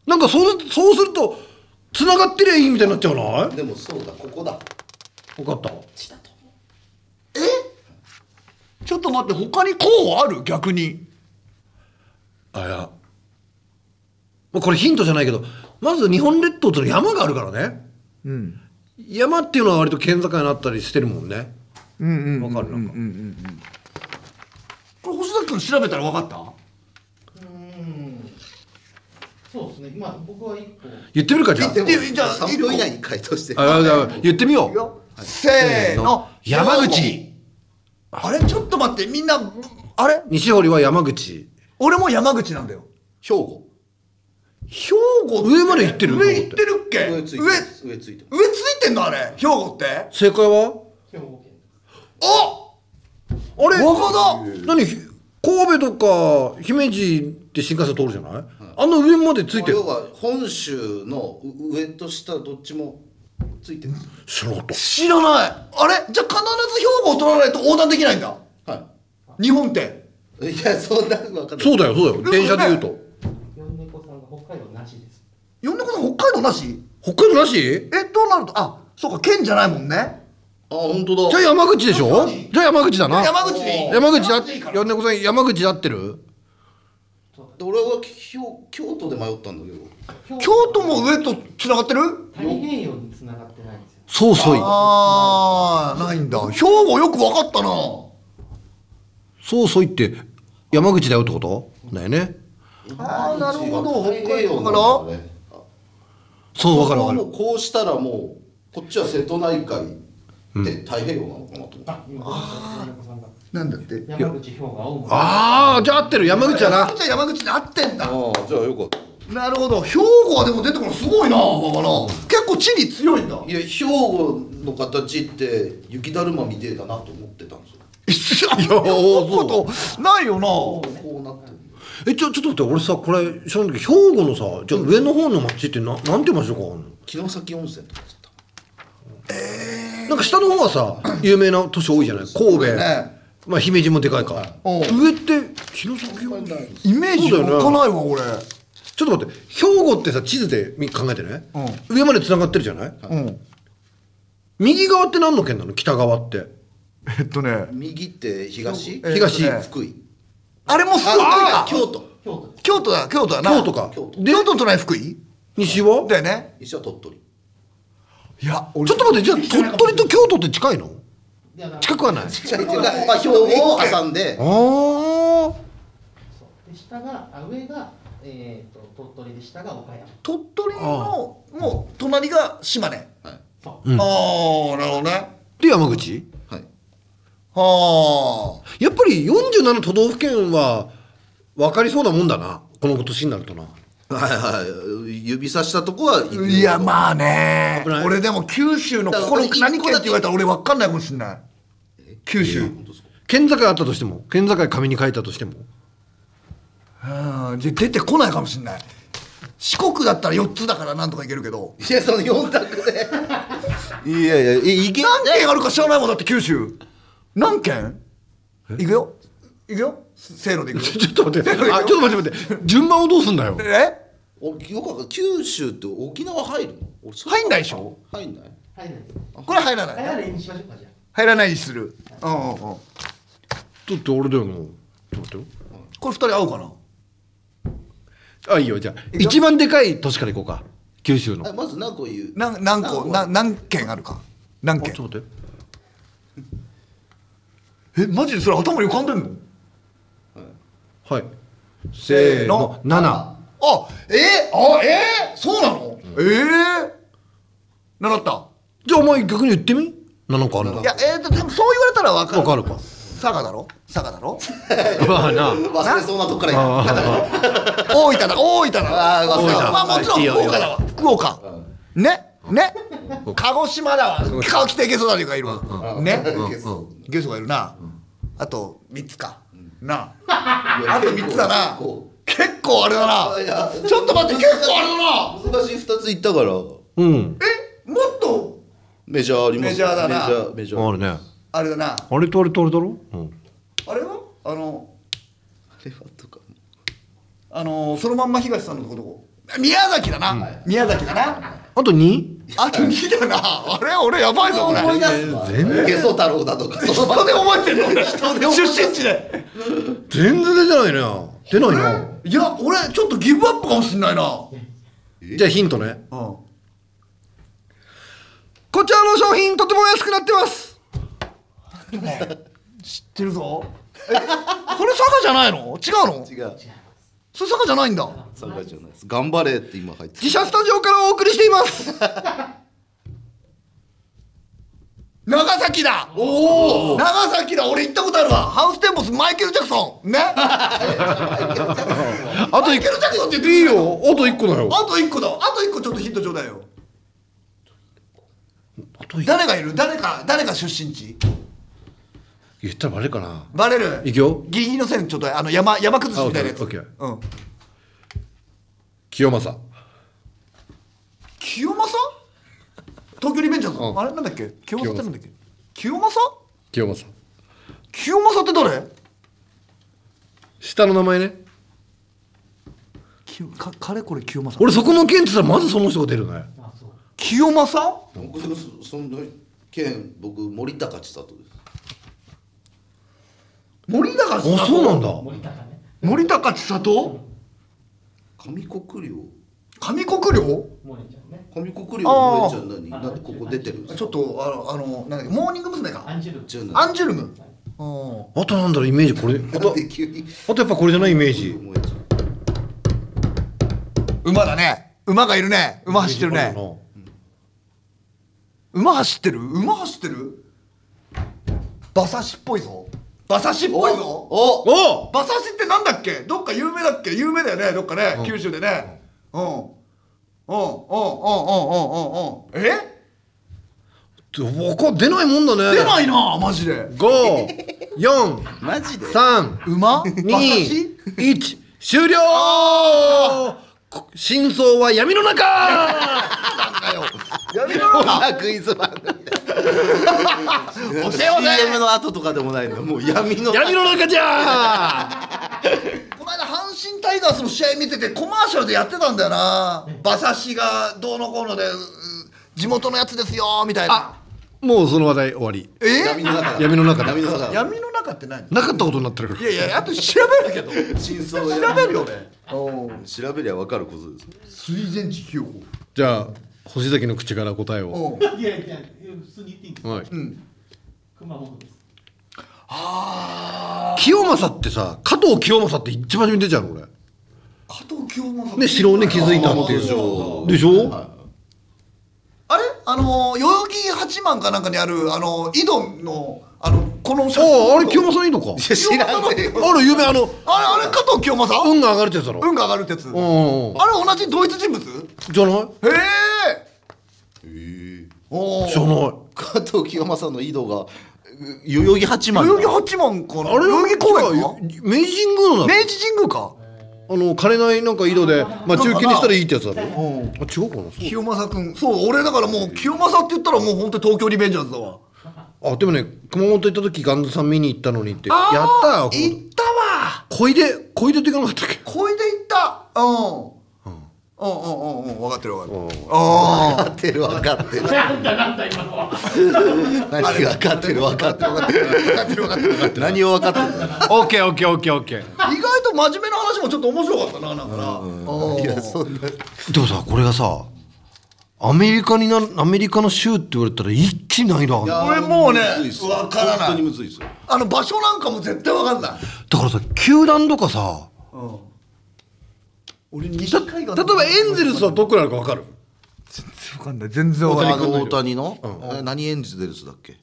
S1: な。
S3: なんかそうそうすると繋がってりゃいいみたいになっちゃうない
S2: でもそうだここだ
S3: 分かった
S1: ちょっと待って、他にこうある、逆に。
S3: あいやまあこれヒントじゃないけどまず日本列島っていうのは山があるからね山っていうのは割と県境になったりしてるもんねうんうんわかるなんか
S1: これ、星崎君調べたら、分かった。
S4: そうですね今僕は一個
S3: 言ってみるかじゃあ
S1: でじゃあ
S2: 3分以内に回答して
S3: あじゃあ言ってみよう
S1: せーの。
S3: 山口。
S1: あれ、ちょっと待って、みんな、あれ、
S3: 西堀は山口
S1: 俺も山口なんだよ。
S6: 兵庫
S1: 兵庫って
S3: 上まで行ってる
S1: 上行ってるっけ
S6: 上
S1: 上
S6: ついて
S1: 上
S6: ます上ついてます
S1: ついてんのあれ兵庫って
S3: 正解は
S4: 兵庫県
S1: お
S3: あれ
S1: 若田
S3: 何ひ神戸とか姫路って新幹線通るじゃない、あの上までついてる
S6: 要は本州の上と下どっちもついてるんで
S3: 知
S6: す
S3: らなかった
S1: 知らないあれじゃあ必ず兵庫を取らないと横断できないんだ
S6: は
S1: 日本って
S6: いいやそんなわかんない
S3: そうだよそうだよ電車で言うと
S4: 四猫さんが北海道なしです
S1: 米子さん北海道なし
S3: 北海道なし
S1: えどうなるとあそうか県じゃないもんね
S6: あ本当
S3: じゃ
S6: だ
S3: あ山口でしょじゃあ山口だな
S1: 山口でいい
S3: 山口だ
S1: 山いいから
S3: 米子さん山口だってる
S6: 俺は京京都で迷ったんだけど
S4: 京
S1: 京都も上とつながってる
S4: 太平洋に繋がってないんですよ
S3: そうそうい
S1: ああないんだ兵庫よくわかったな
S3: そうそういって山口だよってことだよね
S1: あーなるほど
S6: 太平洋なんだね
S3: そうわかるわか
S6: も
S3: る
S6: うこうしたらもうこっちは瀬戸内海で太平洋なのかなと思って、
S4: あ今米子さんが
S1: なんだって
S4: 山口兵庫青森
S3: ああじゃあ合ってる山口 [LAUGHS] だな
S1: じゃあ山口で合ってんだ
S6: ああじゃあよかった
S1: なるほど兵庫はでも出てくるのすごいな若菜結構地理強いんだ
S6: いや兵庫の形って雪だるまみてえだなと思ってたんですよ
S1: いや
S3: そう
S1: ことないよな
S6: こうなってる
S3: えちょちょっと待って俺さこれ知らんけど兵庫のさじゃあ上の方の町ってななんて町とかあるの
S6: 城崎温泉とかだった
S3: なんか下の方はさ有名な都市多いじゃない神戸、
S1: ね
S3: まあ姫路もでかいか、
S1: うん
S3: 上って城崎温泉
S1: イメージ
S3: そうだよ
S1: 湧
S3: ね
S1: かないわ俺
S3: ちょっと待って兵庫ってさ地図でみ考えてね、上まで繋がってるじゃない、
S1: うん
S3: 右側って何の県なの北側って
S1: えっとね
S6: 右って東
S1: え
S3: 東
S1: えっとね
S6: 福井
S1: あれもすごい
S6: あ
S1: か
S6: 京都
S4: 京都です
S1: 京都だ京都だな
S3: 京都か
S6: 京
S1: 京都の隣福井
S3: 西は
S1: だよね
S6: 西は鳥取
S1: いや
S3: ちょっと待ってじゃあ鳥取と京都って近いの
S4: であの
S3: 近くはない
S6: 違う違うまあ兵庫を挟んで
S3: ああ
S4: そうで下があ上がえっと鳥取で下が岡山
S1: 鳥取のもう隣が島根
S6: はい
S4: そう
S3: うん
S1: ああなるほどね
S3: で山口
S6: はい
S1: はあ
S3: やっぱり47都道府県は分かりそうなもんだなこの年になるとな
S6: はいはい指さしたとこはい
S1: やまあね
S3: 危ない
S1: 俺でも九州のここの
S6: だから
S1: 何県って言われたら俺分かんないかもしんない九州
S6: 本当ですか
S3: 県境あったとしても県境紙に書いたとしても
S1: うんじゃ出てこないかもしんない四国だったら4つだからなんとかいけるけど
S6: いやその四択でいやいやいいけ
S1: 何県あるか知らないもんだって九州何県いくよいくよせーのでいくよ
S3: ちょっと待 [LAUGHS] ってあちょっと待って待って順番をどうすんだよ
S1: え
S6: およくわかんない九州って沖縄入るの俺それ
S1: 入んないでしょ
S6: 入んない
S4: 入らないです
S1: これ入ら
S4: あ
S1: ない
S4: やはりにしましょうかじゃあ
S1: 入らないにするうんうんうんこ
S3: だって俺だよもうちょっと待って
S1: れ2人合うかな
S3: よあいいよじゃあ一番でかい都市からいこうか九州の
S6: あ
S3: あ
S6: まず何個言う
S1: なん何個な何県あるか何
S3: ちょ
S1: 県
S3: っと待って
S1: えマジでそれ頭に浮かんでんの
S3: はいせーの7
S1: あえー、あえー、そうなの、ええー、習った
S3: じゃあお前逆に言ってみ7個あるん
S1: い
S3: だ
S1: やえー、とでもそう言われたら分かる
S3: わかるか
S1: 佐賀だろ佐賀だろ
S3: まあな
S6: 忘れそうなとこから言う
S1: [LAUGHS] 大分だ大分だ
S6: あー忘れた
S1: まあもちろん
S3: いいよ
S1: 福岡だわ福岡ねね鹿児島だわ顔着てゲソだりがいるわ、ね、ゲソゲソがいるな、あと3つか、なああと3つだな [LAUGHS] 結構あれだ
S6: あい
S1: な
S6: や
S1: [LAUGHS] ちょっと待って結構あれだな
S6: 難しい二つ言ったから
S3: うん
S1: えもっと
S6: メジャーあります
S1: メジャーだな
S6: メジャーメジャー
S3: あるね
S1: あれだな
S3: あれとあれとあれだろうん
S1: あれはあの
S6: あれはとか
S1: あのーそのまんま東さんのとこどこ宮崎だな、宮崎だな
S3: あと 2?
S1: あと2だ [LAUGHS] なあれ俺やばいぞこれ
S6: 思い出すわゲソ太郎
S1: [LAUGHS]
S6: だとかその場
S1: 人で覚えてるの俺出身地で
S3: 全然出てないな出ないない
S1: や俺ちょっとギブアップかもしんないな
S3: じゃあヒントね
S1: うん
S3: こちらの商品とても安くなってます
S1: [LAUGHS] 知ってるぞえそれ佐賀じゃないの違うの
S6: 違う
S1: それ佐賀じゃないんだ
S6: それじゃないです頑張れって今入って
S3: 自社スタジオからお送りしています
S1: [LAUGHS] 長崎だおお長崎だ俺行ったことあるわハウステンボスマイケル・ジャクソンね
S3: [LAUGHS] あと
S1: マイ
S3: 一
S1: ケル・ジャクソンって言って
S3: 個いいよあと一個だよ
S1: あと一個だあと一個ちょっとヒントちょうだいよ
S3: あと一個
S1: 誰がいる誰か誰が出身地
S3: 言ったらバレるかな
S1: バレる
S3: いくよ
S1: ギリギリの線ちょっとあの山山崩しみたいなやつ
S3: あオッケーオッケ
S1: うん
S3: 清正
S1: 清正東京リベンジャーズ、
S3: うん
S1: あれなんだっけ清正ってなんだっけ清正
S3: 清正
S1: 清正って誰
S3: 下の名前ね
S1: 清かかれこれ清正
S3: 俺そこの件って言ったらまずその人が出るね
S4: まあそう
S1: 清正
S2: 僕でもそその件僕森高千里です
S1: 森高
S3: あ
S1: 千里
S3: そうなんだ
S4: 森高ね
S1: 森高千里
S2: 上国領
S1: 上国領
S4: 森ちゃんね
S2: 上国領の萌えちゃん何なんでここ出てるんです
S1: ちょ
S2: か
S1: っとあのあのなんだっけモーニング娘。
S4: ア
S1: か
S4: ンジュルム
S2: じゃあ
S1: ア
S2: な
S1: ンジュルム、うん
S3: あとなんだろうイメージこれあ
S2: ん
S3: と
S2: で急に
S3: あとやっぱこれじゃないイメージ
S2: 萌えちゃん
S1: 馬だね馬がいるね馬走ってるね馬走ってる馬走ってる馬刺しっぽいぞ馬刺しっぽいぞ
S2: お
S3: お
S1: 馬刺しってなんだっけどっか有名だっけ有名だよねどっかね、九州でねうんうんうんうんうんうんうんうんえ
S3: 他出ないもんだね
S1: 出ないなマジで
S3: 五、四、
S2: マジで
S3: 三、
S1: 馬馬刺
S3: 二
S1: し、
S3: 一、終了。こ真相は闇の中。
S1: やめろ
S2: あクイズ番組だ CM の後とかでもないのもう闇の
S3: 闇の中じゃ。
S1: この間阪神タイガースの試合見ててコマーシャルでやってたんだよな馬刺しがどうのこうのでう地元のやつですよみたいな
S3: もうその話題終わり。
S1: え
S2: 闇の中だ
S3: 闇の中だ
S2: 闇の中だ
S1: 闇の中って何
S3: なかったことになってるか
S1: い
S3: ら。
S1: やいやあと調べるけど
S2: 真相を
S1: 調べるよね
S2: 調べりゃ分かることです
S1: 水前地球法
S3: じゃあ星崎の口から答え
S1: う
S3: を。
S1: ん
S4: いやいやいや普通に言っていいんです
S3: はい。
S4: 熊本です
S3: 清正ってさ、加藤清正って一番初めに出ちゃうの俺。
S1: 加藤清正
S3: ね白ね気づいたっていう
S2: でしょう
S3: でしょ。
S1: あれあのー代々木八幡かなんかにあるあのー井戸のあのこの写
S3: ああ、あれ清正いいのか。
S2: 知らんね
S3: あれ有名あの
S1: あれあれ加藤清正
S3: 運が上がるってやつだろ。
S1: 運が上がるってやつあ
S3: う
S1: れ
S3: んうんうん。
S1: 同じ同一人物へ
S3: じゃない。
S1: え
S2: え
S1: おお
S3: じゃ
S1: 代
S3: ない。
S2: 加藤清正の井戸がう代々木八幡だ
S1: 々木八幡かな
S3: あれ
S1: 代々木公園か
S3: 明治神宮のだろ
S1: 明治神宮か
S3: あの枯れないなんか井戸で、まあ、中継にしたらいいってやつだろ。あ、違うかな。そう
S1: 清正君そう俺だからもう清正って言ったらもう本当に東京リベンジャーズだわ
S3: あ、でもね、熊本行った時、ガンズさん見に行ったのにって。やったよ。
S1: 行ったわ
S3: 小出、小出って行かなかったっけ。
S1: 小出行ったうんうんうんうんうん分かってる分かってる
S2: 分
S1: あ
S2: かってる分かってる
S4: なんだなんだ今のは
S2: 何が分かってる分かってる分かってる分かってる分かってる分かってる何を分かってる
S3: オッケー、オッケー、オッケー、オッケー。
S1: あ意外と真面目な話もちょっと面白かったななんかなうん
S2: いやそんな
S3: でもさ、これがさ。アメリカにな、アメリカの州って言われたら、一気に難易度上がる。
S1: これもうね
S2: むずいっす
S1: わからない
S2: 本当にむずいですよ
S1: あの場所なんかも絶対わかんない。
S3: だからさ、球団とかさ。
S1: 俺西海岸
S3: 例えば、エンゼルスはどこなのかわかる。
S1: わかんない全然わかんない
S2: あ。の大谷の、え何エンゼルスだっけ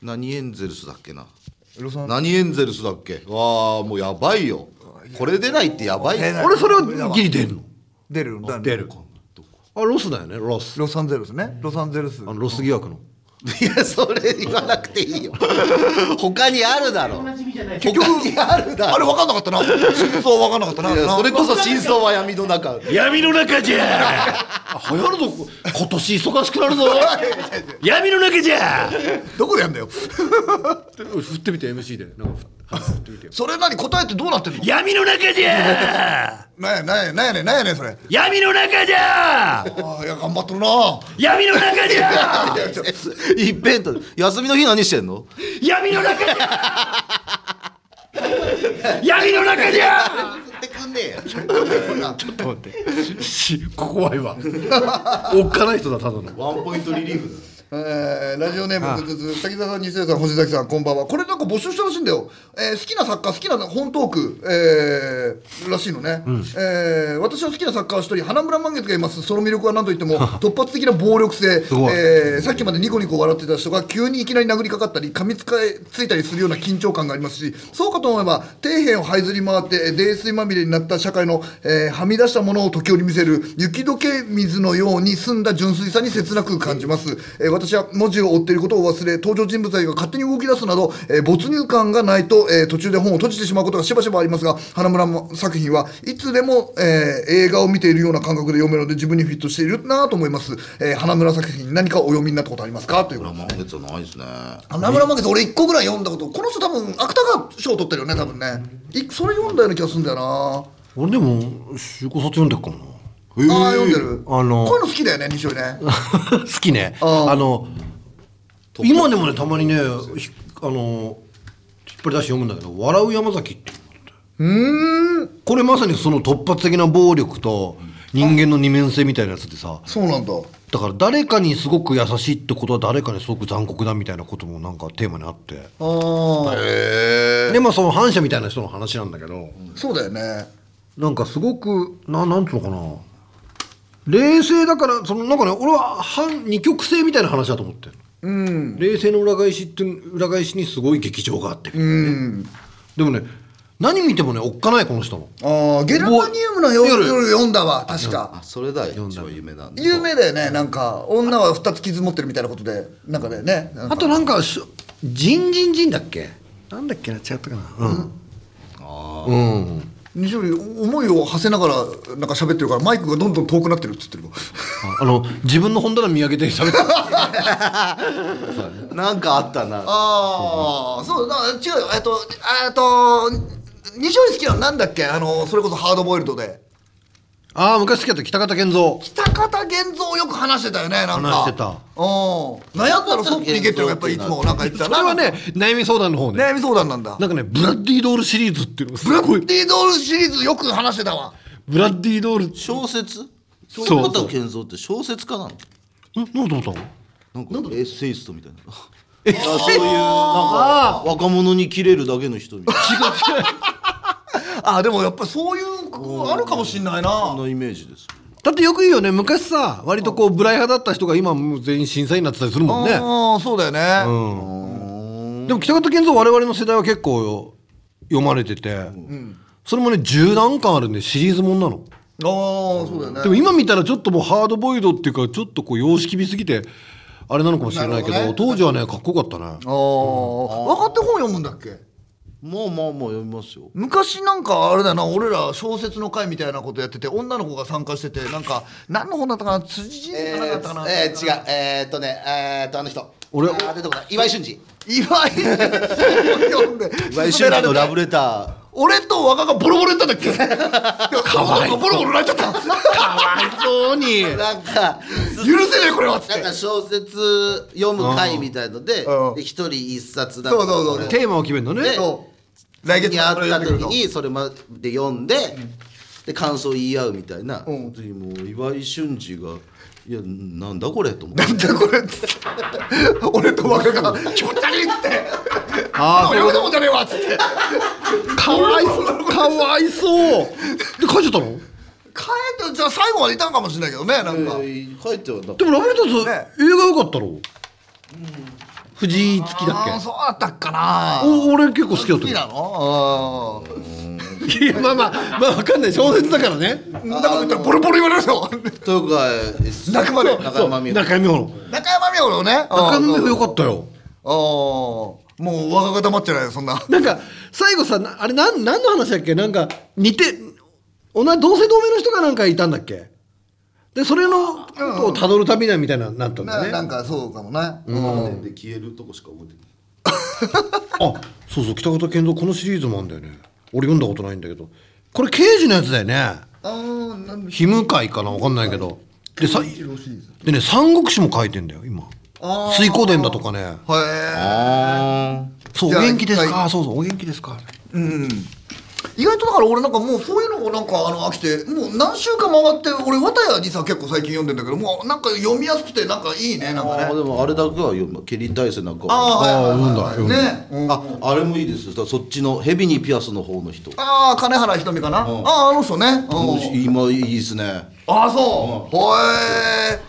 S2: 何エンゼルスだっけな何エンゼルスだっけわあもうやばいよこれ出ないってやばいよ
S3: 俺、それはギリ出るの。
S1: 出るの
S3: 出る。あ、ロスだよね、ロス。
S1: ロサンゼルスね。ロサンゼルス。
S3: あの、ロス疑惑の。
S2: いやそれ言わなくていいよ他にあるだろ
S4: おなじみじゃない
S2: 結局あるだ
S1: あれ
S2: ろ。
S1: わかんなかったな。そうわかんなかったない
S2: や
S1: な
S2: それこそ真相は闇の中
S3: 闇の中じ
S1: [LAUGHS]
S3: ゃあ流行るぞ今年忙しくなるぞ [LAUGHS] 闇の中じゃ
S1: どこでやんだよ。
S3: [LAUGHS] 振ってみて MC でなんか振ってみて
S1: それ何答えってどうなってるの？
S3: 闇の中じゃ
S1: なんやなんやなんやねんなんやねんそれ。
S3: 闇の中じゃ
S1: ああいや頑張ってるな。
S3: 闇の中じゃ
S2: いっぺんと休みの日何してんの
S3: 闇の中じゃ闇の中じゃ
S2: ってくんねえ
S3: ちょっと待ってし怖いわおっかない人だただの
S2: ワンポイントリリーフ
S1: えーラジオネームぐずず滝沢さん西出さん星崎さんこんばんはこれなんか募集したらしいんだよ、えー好きな作家好きな本トーク、えーらしいのね、えー私の好きな作家は一人花村満月がいますその魅力は何とい
S3: [LAUGHS]
S1: っても突発的な暴力性、
S3: ごい
S1: えーさっきまでニコニコ笑ってた人が急にいきなり殴りかかったり噛みつかえついたりするような緊張感がありますしそうかと思えば底辺を這いずり回って泥酔まみれになった社会の、えーはみ出したものを時折見せる雪解け水のように澄んだ純粋さに切なく感じます、えー私は文字を追っていることを忘れ登場人物たちが勝手に動き出すなど、えー没入感がないと、えー途中で本を閉じてしまうことがしばしばありますが花村も作品はいつでも、えー映画を見ているような感覚で読めるので自分にフィットしているなと思います、えー花村作品何かお読みになったことありますかということ
S6: 裏
S1: で
S6: 満月はないですね
S1: 花村満月俺1個ぐらい読んだことこの人多分芥川賞取ってるよね多分ねいそれ読んだような気がするんだよな
S3: 俺でも週刊冊読んでっかもな
S1: ああ読んでる
S3: あの
S1: こういうの好きだよね西尾ね
S3: [LAUGHS] 好きね
S1: あ
S3: あ
S1: ー
S3: の今でもねたまにねひあの引っ張り出して読むんだけど「笑う山崎」ってうんこれまさにその突発的な暴力と人間の二面性みたいなやつでさ
S1: そうなんだ
S3: だから誰かにすごく優しいってことは誰かにすごく残酷だみたいなこともなんかテーマにあって
S1: ああ
S3: でまあその反社みたいな人の話なんだけど
S1: そうだよね
S3: なんかすごくななんつうのかな冷静だからそのなんかね俺は反二極性みたいな話だと思ってる
S1: うん
S3: 冷静の裏返しって裏返しにすごい劇場があって、
S1: うん
S3: でもね何見てもねおっかないこの人も
S1: ああゲルマニウムの夜
S3: 夜
S1: 夜読んだわ確
S6: あ
S1: か
S6: それだ一番有名なんで
S1: 有名だよねなんか女は2つ傷持ってるみたいなことでなんかだよねなんか
S3: あとなんかしジンジンジンだっけなんだっけな違ったかなうん、うん、
S1: 西尾思いを馳せながらなんか喋ってるからマイクがどんどん遠くなってるっつ
S3: [LAUGHS]
S1: ってるわ
S3: ああの自分の本棚見上げて [LAUGHS] 喋って
S6: なんかあったな
S1: ああそうだから違うよえっとえっと西尾好きなのなんだっけあのそれこそハードボイルドで
S3: ああ昔好きだった北方健三
S1: 北方玄三をよく話してたよねなんか
S3: 話してた
S1: うん悩んだらそっち逃げってるやっぱりいつもなんか言ってた
S3: それはね悩み相談の方ね
S1: 悩み相談なんだ
S3: なんかねブラッディドールシリーズっていうのがす
S1: ブラ
S3: ご
S1: ッ
S3: い
S1: ディドールシリーズよく話してたわ
S3: ブラッディドール
S6: 小説
S3: う
S6: そう片健三って小説家なの
S3: んなんだと思ったの
S6: なんかエッセイストみたいなあそういうなんか若者に切れるだけの人みたい
S1: あでもやっぱそういうことあるかもしんない
S6: なそん
S1: な
S6: なイメージです
S3: だってよく言うよね昔さ割とこうブライ派だった人が今もう全員審査員になってたりするもんね
S1: ああそうだよね
S3: でも北方健三我々の世代は結構読まれてて、それもね10何巻あるんでシリーズもんなの、
S1: ああそうだよね
S3: でも今見たらちょっともうハードボイルドっていうかちょっとこう様式美すぎてあれなのかもしれないけど
S1: なるほど
S3: 当時はねかっこよかったね
S1: ああ若手本読むんだっけ
S6: まあまあまあ読みますよ
S1: 昔なんかあれだな俺ら小説の会みたいなことやってて女の子が参加しててなんか何の本だったかな辻人生かなんかだったかな、
S6: えー、違うえー、っとねえー、っとあの人
S3: 俺
S6: あー出てこない岩井俊二
S1: 岩井読んで
S6: 岩井俊二のラブレター
S1: 俺と若がボロボロ言ったんだっけかわいボロボロ泣いちゃったかわいそうに許
S6: なんか
S1: せねえこれはっつっ
S6: なん
S1: て
S6: か小説読む会みたいので
S1: うん
S6: で一人一冊だ
S1: そうそうそう
S6: これ
S3: テーマを決めるのね
S6: で
S1: そう来月
S6: に
S1: の
S6: 会
S1: これ
S6: った
S1: 読んでく
S6: 時
S1: ると
S6: にそれまで読んで、で感想言い合うみたい
S1: う
S6: な、
S1: ん
S6: 本当にもう岩井俊二が「いやなんだこれ」と思って
S1: [LAUGHS] なんだ [LAUGHS] これっつって俺と若が気持ち悪いっつって
S3: あ
S1: 俺のもんじゃねえわっつって
S3: あ [LAUGHS] かわいそうかわいそうで書いちゃったの
S1: 帰ってじゃあ最後までいたんかもしれないけどねなんか、
S6: 書いてはなかっ
S3: でもラブレターズ、
S1: ね
S3: 映画良かったろ、藤井月だっけ
S1: あーそうだったっかな
S3: お俺結構好きだっ
S1: 好
S3: た
S1: き
S3: よ
S1: なのうん
S3: いやまあまあまあわかんない小説だからね
S1: だから言ったらボロボロ言われますよ
S6: たとか
S1: 中まで
S6: 中山美穂
S3: 中山美穂の
S1: 中山美穂のね
S3: 中山美
S1: うん
S3: 穂よかったよ
S1: ああもう若が黙っちゃないよそんな
S3: なんか最後さなあれなん何の話だっけなんか似て同じ同姓同名の人がなんかいたんだっけでそれのことをたどる旅だみたいななったんだ
S1: な
S3: ね
S1: なんかそうかもね、
S6: で消えるとこしか覚えてない
S3: あそうそう北方健三このシリーズもあんだよね俺読んだことないんだけどこれ刑事のやつだよね
S1: あーなん
S3: 非向かいかなわかんないけどでさでね「三国志」も書いてんだよ今
S1: あー
S3: 水光伝だとかね
S1: へえ
S6: あ
S3: そうお
S1: じゃあ
S3: 元気です
S1: 一回
S3: かそうそうお元気ですか
S1: うん意外とだから俺なんかもうそういうのもなんかあの飽きてもう何週間回って俺綿谷にさ結構最近読んでんだけどもうなんか読みやすくてなんかいいねなんか
S6: あ
S1: ね
S6: ーでもあれだけは読む蹴り大勢なんかは
S1: ああーはいはいはいねうん
S6: ああれもいいですよそっちのヘビにピアスの方の人
S1: ああ金原ひとみかなあ
S6: ん
S1: あーあの人ね
S6: もう
S1: うん
S6: 今いいですね
S1: ああそうほえ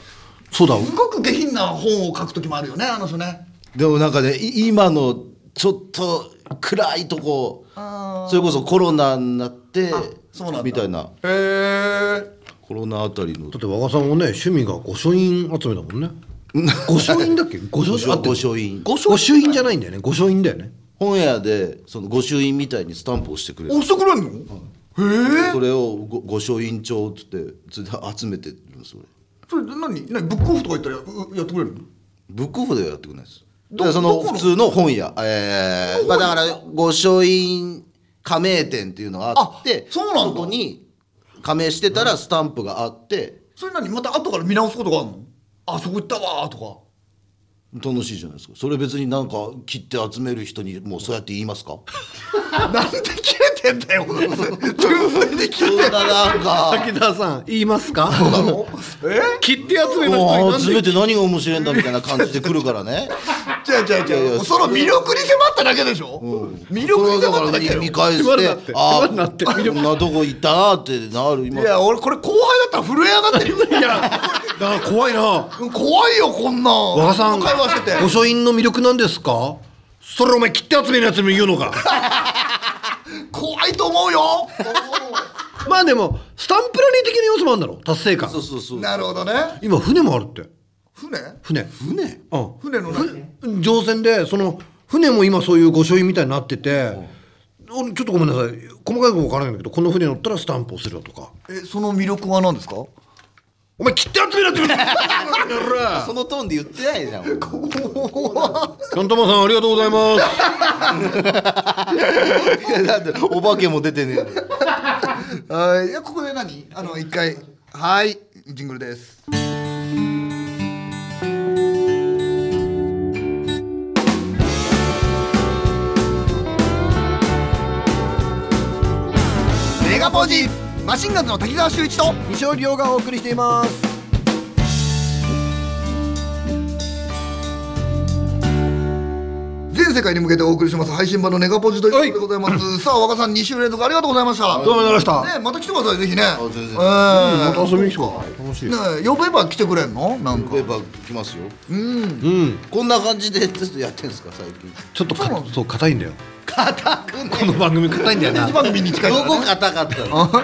S3: そうだ
S1: すごく下品な本を書く時もあるよねあの人ね
S6: でもなんかねい今のちょっと暗いとこそれこそコロナになって
S1: そうなんだ
S6: みたいな
S1: へえ
S6: コロナあたりの
S3: って和賀さんもね趣味が御書院集めだもんね御書院だっけ
S1: [LAUGHS]
S3: 御書
S6: 御
S3: 院
S6: 書
S3: あって
S6: 御
S3: る
S6: 書院
S3: 御書院じゃないんだよね御書院だよね
S6: 本屋でその御朱印みたいにスタンプをしてくれる
S1: 押してくれんのへえ
S6: それをご御書印帳っつってつ集めてるんです俺
S1: それ何何ブックオフとか行ったらうやってくれるの
S6: ブックオフではやってくれないですだ
S1: ど
S6: からそ
S1: ど
S6: の
S1: この
S6: 普通の本屋えーまあだから御書印加盟店っていうのがあって
S1: あそうなんだ
S6: こに加盟してたらスタンプがあって
S1: それ何また後から見直すことがあるのあそこ行ったわーとか
S6: 楽しいじゃないですかそれ別になんか切って集める人にもうそうやって言いますか
S1: なんで切れてんだよ。純粋に切
S6: そん
S1: れてん
S6: な
S1: だよ。
S6: なんか
S3: 滝沢さん言いますか
S7: 切って集めの人に
S6: [LAUGHS] も
S7: な
S6: うん集
S7: で
S6: めて何が面白いんだみたいな感じで来るか
S1: [LAUGHS]
S6: らね
S1: じゃあじゃあじゃ
S6: いやいや
S1: あ、その魅力に迫っただけでしょ。魅力
S6: そ
S1: に
S6: れは
S1: 迫っただ
S6: だ
S1: けだ
S6: から
S1: よ。
S6: 見返
S7: 今に
S6: して
S7: なって
S6: あ
S7: 今
S6: あ
S7: になって
S6: こんなとこいたなってなる今
S1: いや俺これ後輩だったら震え上がってるよ。いや
S3: だから怖いな
S1: 怖いよこんな。
S3: 和賀さ
S1: こ
S3: ん
S1: な会話してて。
S3: 御書院の魅力なんですかそれお前切って集めるやつにも言うのか
S1: 怖いと思うよ。
S3: [LAUGHS]
S1: [LAUGHS]
S3: まあでもスタンプラリー的な要素もあるんだろ達成感
S6: そうそうそう
S1: なるほどね。
S3: 今船もあるって
S1: 船
S3: 船
S6: 船
S3: うん
S1: 船のね。
S3: 乗船でその船も今そういう御書印みたいになってて、おちょっとごめんなさい細かいこと分からないんだけどこの船乗ったらスタンプをするだとか
S1: えその魅力は何ですか。
S3: お前切って集めろって言うの
S6: そのトーンで言ってないじゃん俺
S3: キャンタマさんありがとうございます
S6: いやだってお化けも出てねえの
S1: はい。いやここで何あの一回はいジングルです。メガポージマシンガンズの滝沢秀一と
S8: 西尾亮がお送りしています
S1: 全世界に向けてお送りします配信版のネガポジということでございます、 [LAUGHS] さあ若さん2週連続ありがとうございましたどうもありがとうございましたねまた来てくださいぜひね
S6: 全然
S1: えー
S7: また遊びに来た楽しい
S1: ねえ呼べば来てくれんのなんか
S6: 例えば来ますようん、こんな感じでずっとやってんですか最近
S3: ちょっと
S1: そうな
S3: か
S1: の
S3: そう硬いんだよ
S6: 硬くね
S3: この番組硬いんだよな
S1: 一番に近いか
S6: ど
S1: らね
S6: こ硬かったの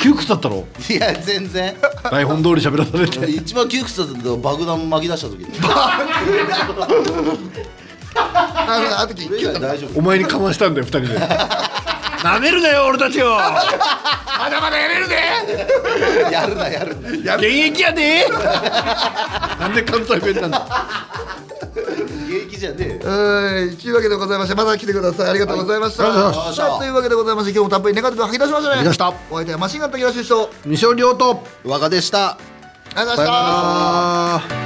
S3: 窮屈だったろ
S6: いや全然
S3: 台本通り喋らされて
S6: 一番窮屈だったのは爆弾巻き出した時
S1: あのあの時キュッと
S6: 大丈夫
S3: お前にかましたんだよ [LAUGHS] 二人でなめるなよ俺たちを
S1: まだまだやれるぜ
S6: やるなやるな
S3: 現役や [LAUGHS] でなんで関西弁なんだ
S6: 現役じゃねえよ
S1: はい、というわけでございまして、また来てください。ありがとうございました。
S6: い
S1: さあ、というわけでございまして、今日もたっぷりネガティブを吐き出しましたね。
S3: 吐き出した
S1: お相手はマシンガン滝田修士と、あり
S3: 西尾亮と
S6: 若でした
S1: がとうございました。
S3: あー